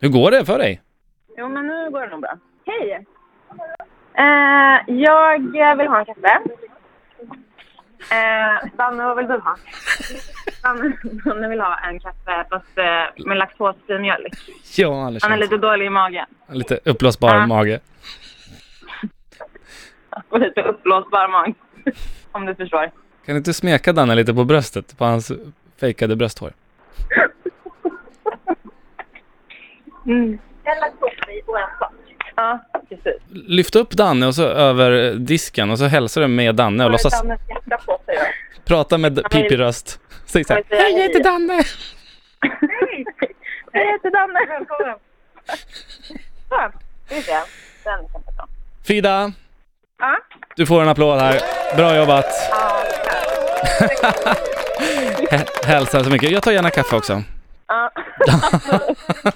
Hur går det för dig? Jo, men nu går det nog bra. Hej! Eh, jag vill ha en kaffe. Eh, Danne, vad vill du ha? Danne, Danne vill ha en kaffe fast eh, med laktosfri mjölk. Ja, Anders. Han är lite dålig i magen Lite uppblåsbar Ja. mage. och lite uppblåsbar mag. Om du förstår. Kan du inte smeka Danne lite på bröstet? På hans fejkade brösthår. Mm. En laktosfri och en svart. Ja, precis. Lyft upp Danne och så över disken och så hälsar du med Danne och låtsas Dannes hjärta på sig då. prata med pipig röst. Säg så här, Hej, Hej, jag heter Danne! Hej! Jag heter Danne. Välkommen. Så, ska vi se. Den kan jag ta. Frida, Ja. du får en applåd här. Bra jobbat! Hälsa så mycket. Jag tar gärna kaffe också. Ja.